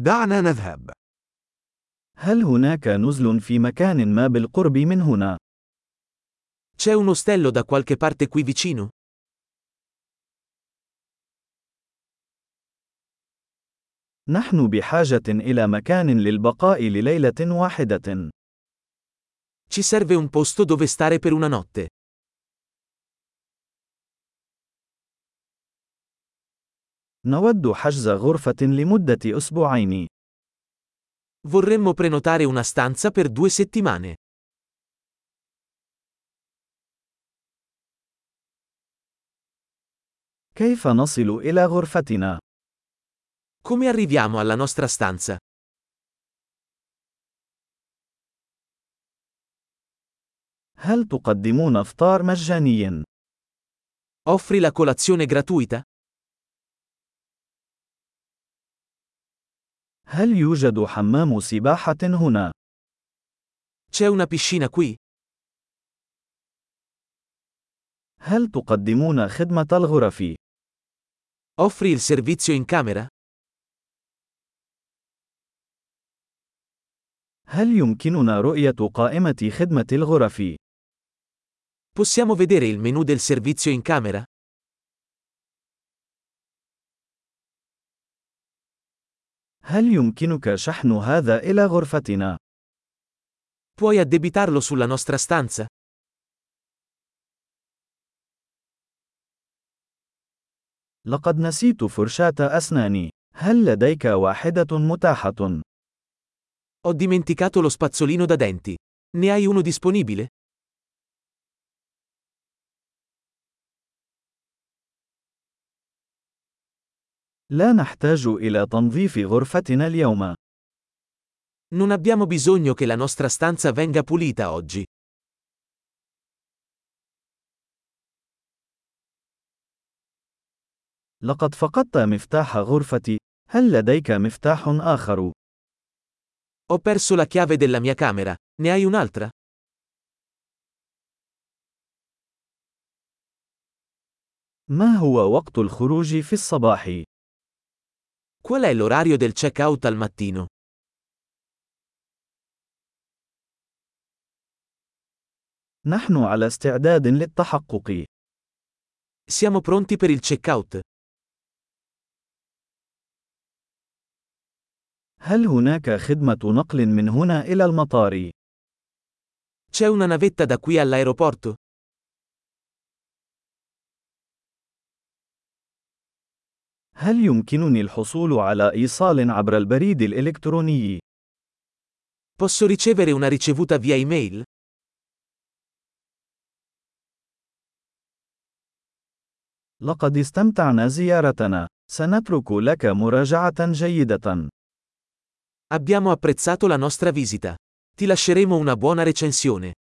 دعنا نذهب. هل هناك نزل في مكان ما بالقرب من هنا؟ C'è un ostello da qualche parte qui vicino? نحن بحاجة إلى مكان للبقاء لليلة واحدة. Ci serve un posto dove stare per una notte. نود حجز غرفة لمدة أسبوعين. Vorremmo prenotare una stanza per due settimane. كيف نصل إلى غرفتنا؟ Come arriviamo alla nostra stanza? هل تقدمون إفطار مجاني؟ Offri la colazione gratuita? هل يوجد حمام سباحة هنا؟ C'è una piscina qui? هل تقدمون خدمة الغرف؟ Offri il servizio in camera? هل يمكننا رؤية قائمة خدمة الغرف؟ Possiamo vedere il menu del servizio in camera? هل يمكنك شحن هذا إلى غرفتنا؟ Puoi addebitarlo sulla nostra stanza? لقد نسيت فرشاة أسناني. هل لديك واحدة متاحة؟ Ho dimenticato lo spazzolino da denti. Ne hai uno disponibile? لا نحتاج إلى تنظيف غرفتنا اليوم. Non abbiamo bisogno che la nostra stanza venga pulita oggi. لقد فقدت مفتاح غرفتي. هل لديك مفتاح آخر؟ Ho perso la chiave della mia camera. Ne hai un'altra? ما هو وقت الخروج في الصباح؟ Qual è l'orario del check-out al mattino? نحن على استعداد للتحقق. Siamo pronti per il check-out. هل هناك خدمة نقل من هنا إلى المطار؟ C'è una navetta da qui all'aeroporto? هل يمكنني الحصول على إيصال عبر البريد الإلكتروني؟ Posso ricevere una ricevuta via email? لقد استمتعنا زيارتنا. سنترك لك مراجعة جيدة. Abbiamo apprezzato la nostra visita. Ti lasceremo una buona recensione.